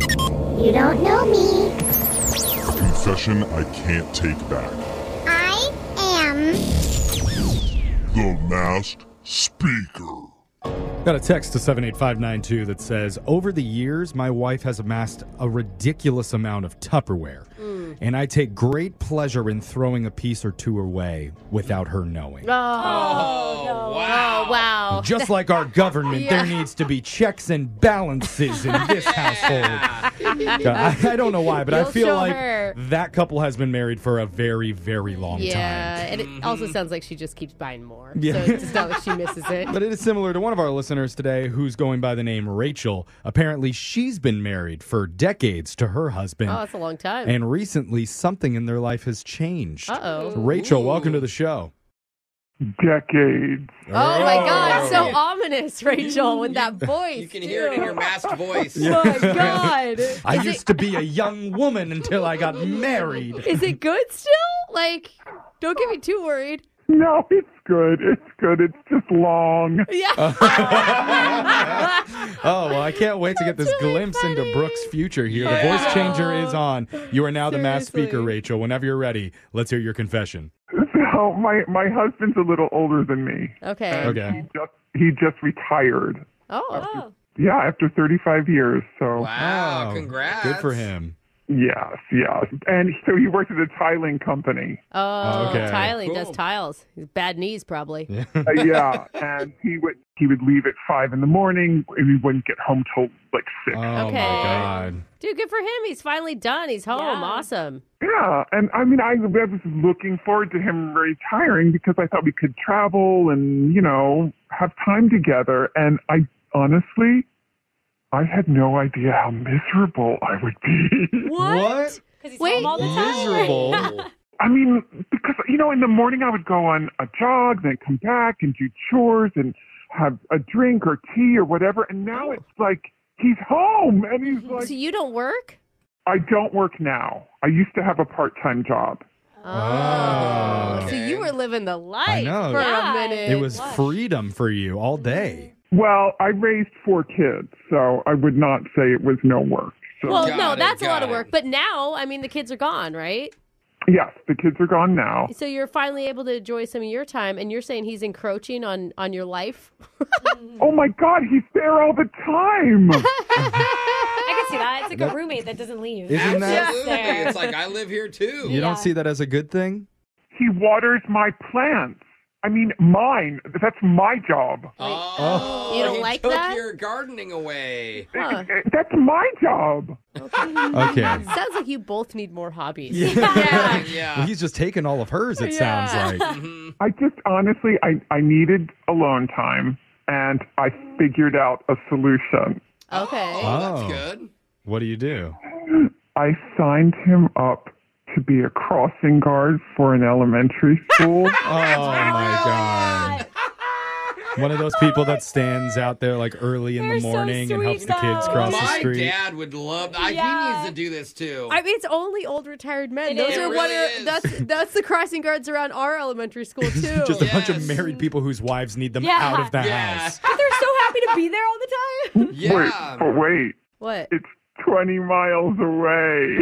You don't know me. Confession I can't take back. I am. The Masked Speaker. Got a text to 78592 that says, Over the years, my wife has amassed a ridiculous amount of Tupperware, Mm. and I take great pleasure in throwing a piece or two away without her knowing. Oh, no. wow. wow. Just like our government, there needs to be checks and balances in this household. I, I don't know why, but I You'll feel show like her. that couple has been married for a very, very long yeah, time. and it also sounds like she just keeps buying more. Yeah. So it's not like she misses it. Oh, But it is similar to one of our listeners today who's going by the name Rachel. Apparently, she's been married for decades to her husband. Oh, that's a long time. And recently, something in their life has changed. Uh-oh. Rachel, welcome to the show. decades. Oh my God, Oh. so ominous, Rachel, with that voice. You can hear it in your masked voice. Oh my God. I Is used to be a young woman until I got married. it, is it good still? Like, don't get me too worried. No, it's good. It's good. It's just long. Yeah. Oh, well, I can't wait to get this That's really glimpse into funny. Brooke's future here. Yeah. The voice changer is on. You are now the mass speaker, Seriously. Rachel. Whenever you're ready, let's hear your confession. So Oh, my my husband's a little older than me. okay. Okay. Just he just retired. Oh. Yeah, after 35 years. So Wow, Wow. congrats. Oh, Good for him. yes, yes. And so he worked at a tiling company. Oh, Okay. tiling does Cool. tiles. He's bad knees, probably. Uh, yeah, and he would he would leave at five in the morning. and He wouldn't get home till like six. Oh, my Okay. God. Dude, good for him. He's finally done. He's home. Awesome. Yeah, and I mean, I, I was looking forward to him retiring because I thought we could travel and, you know, have time together. And I honestly, I had no idea how miserable I would be. What? Because he's Wait. home all the time. Miserable. I mean, because, you know, in the morning I would go on a jog, then come back and do chores and have a drink or tea or whatever. And now it's like he's home and he's So like, you don't work? I don't work now. I used to have a part time job. Oh. So Okay. you were living the life know. for Yeah. a minute. It was freedom for you all day. Well, I raised four kids, so I would not say it was no work. So Well, Got no, it, that's a lot got of it. work. But now, I mean, the kids are gone, right? yes, the kids are gone now. So you're finally able to enjoy some of your time, and you're saying he's encroaching on on your life. Oh my God, he's there all the time. I can see that. It's like a roommate that doesn't leave. Isn't that? Absolutely. Yeah. It's like I live here too. You don't see that as a good thing? he waters my plants. I mean, mine. That's my job. Oh, You don't he like took that? your gardening away. Huh. Eh, That's my job. Okay. Sounds like you both need more hobbies. Yeah. Well, he's just taking all of hers, it sounds like. I just honestly, I, I needed alone time, and I figured out a solution. Okay. Oh. Oh, that's good. What do you do? I signed him up to be a crossing guard for an elementary school. Oh my god. One of those people that stands out there like early in They're the so morning and sweet, helps the kids though. cross the My street. dad would love I Yeah. He needs to do this too. I mean, it's only old retired men. It Those is. are It what really are is. that's that's the crossing guards around our elementary school too. Just a bunch of Yes. married people whose wives need them Yeah. out of the Yeah. house. But they're so happy to be there all the time. Wait, yeah. but wait, what? it's 20 miles away.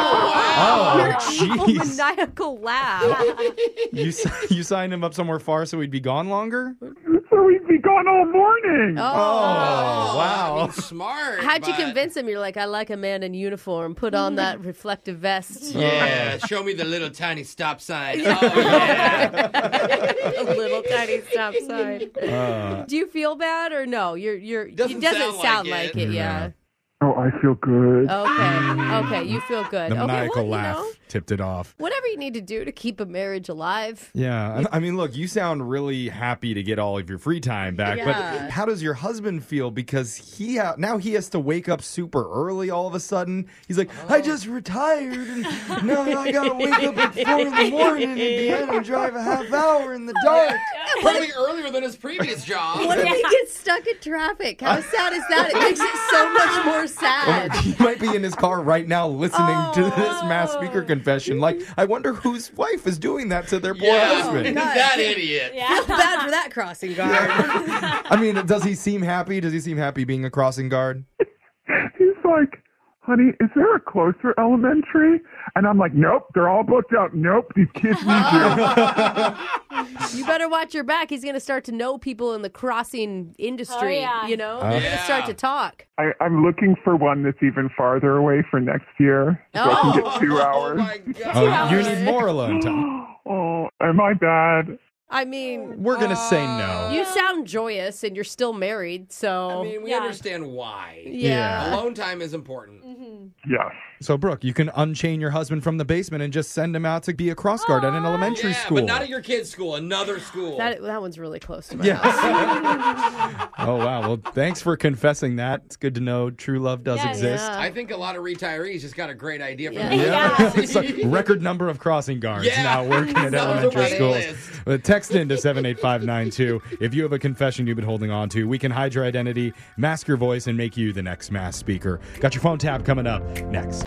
Oh, Evil jeez. maniacal laugh. Oh. You, s- you signed him up somewhere far so he'd be gone longer? Oh, So we'd be gone all morning. Oh, wow. Uh, I mean, smart. How'd you but- convince him? You're like, I like a man in uniform. Put on that reflective vest. Yeah, show me the little tiny stop sign. Oh, yeah. a little tiny stop sign. Uh, Do you feel bad or no? You're you're Doesn't it doesn't sound sound like it. like it, yeah. Oh, I feel good. Okay. Okay, you feel good. the okay, maniacal well, laugh you know, tipped it off. whatever you need to do to keep a marriage alive. Yeah. I I mean, look, you sound really happy to get all of your free time back, Yeah. but how does your husband feel? Because he ha- now he has to wake up super early all of a sudden. He's like, I just retired, and now I gotta wake up at four in the morning again and drive a half hour in the dark. Probably earlier than his previous job. What if he gets stuck in traffic? How sad is that? It makes it so much more sad. He might be in his car right now listening to this mass speaker confession. Like, I wonder whose wife is doing that to their poor Yeah, husband. that idiot. Bad for that crossing guard. Uh. I mean, does he seem happy? Does he seem happy being a crossing guard? He's like, honey, is there a closer elementary? And I'm like, nope, they're all booked out. Nope, these kids need Oh. you. You better watch your back. He's going to start to know people in the crossing industry. Oh, yeah. You know, Oh. He's gonna start to talk. I, I'm looking for one that's even farther away for next year. So I can Oh. get two Oh hours. my god. Oh, you hours. need more alone time. Oh, am I bad? I mean, We're gonna say Oh, no. you sound joyous and you're still married, so I mean, we Yeah. understand why. yeah. Alone time is important. Mm-hmm. Yes. So, Brooke, you can unchain your husband from the basement and just send him out to be a cross guard at an elementary Oh, yeah, school. but not at your kid's school. Another school. That that one's really close to my house. yes. oh wow. Well, thanks for confessing that. It's good to know true love does Yeah, exist. yeah. I think a lot of retirees just got a great idea from uh, Yeah. that. Yeah. It's like record number of crossing guards Yeah. now working at That was a elementary waiting schools. list. Uh, Text in to 78592 if you have a confession you've been holding on to. We can hide your identity, mask your voice, and make you the next mass speaker. Got your phone tab coming up next.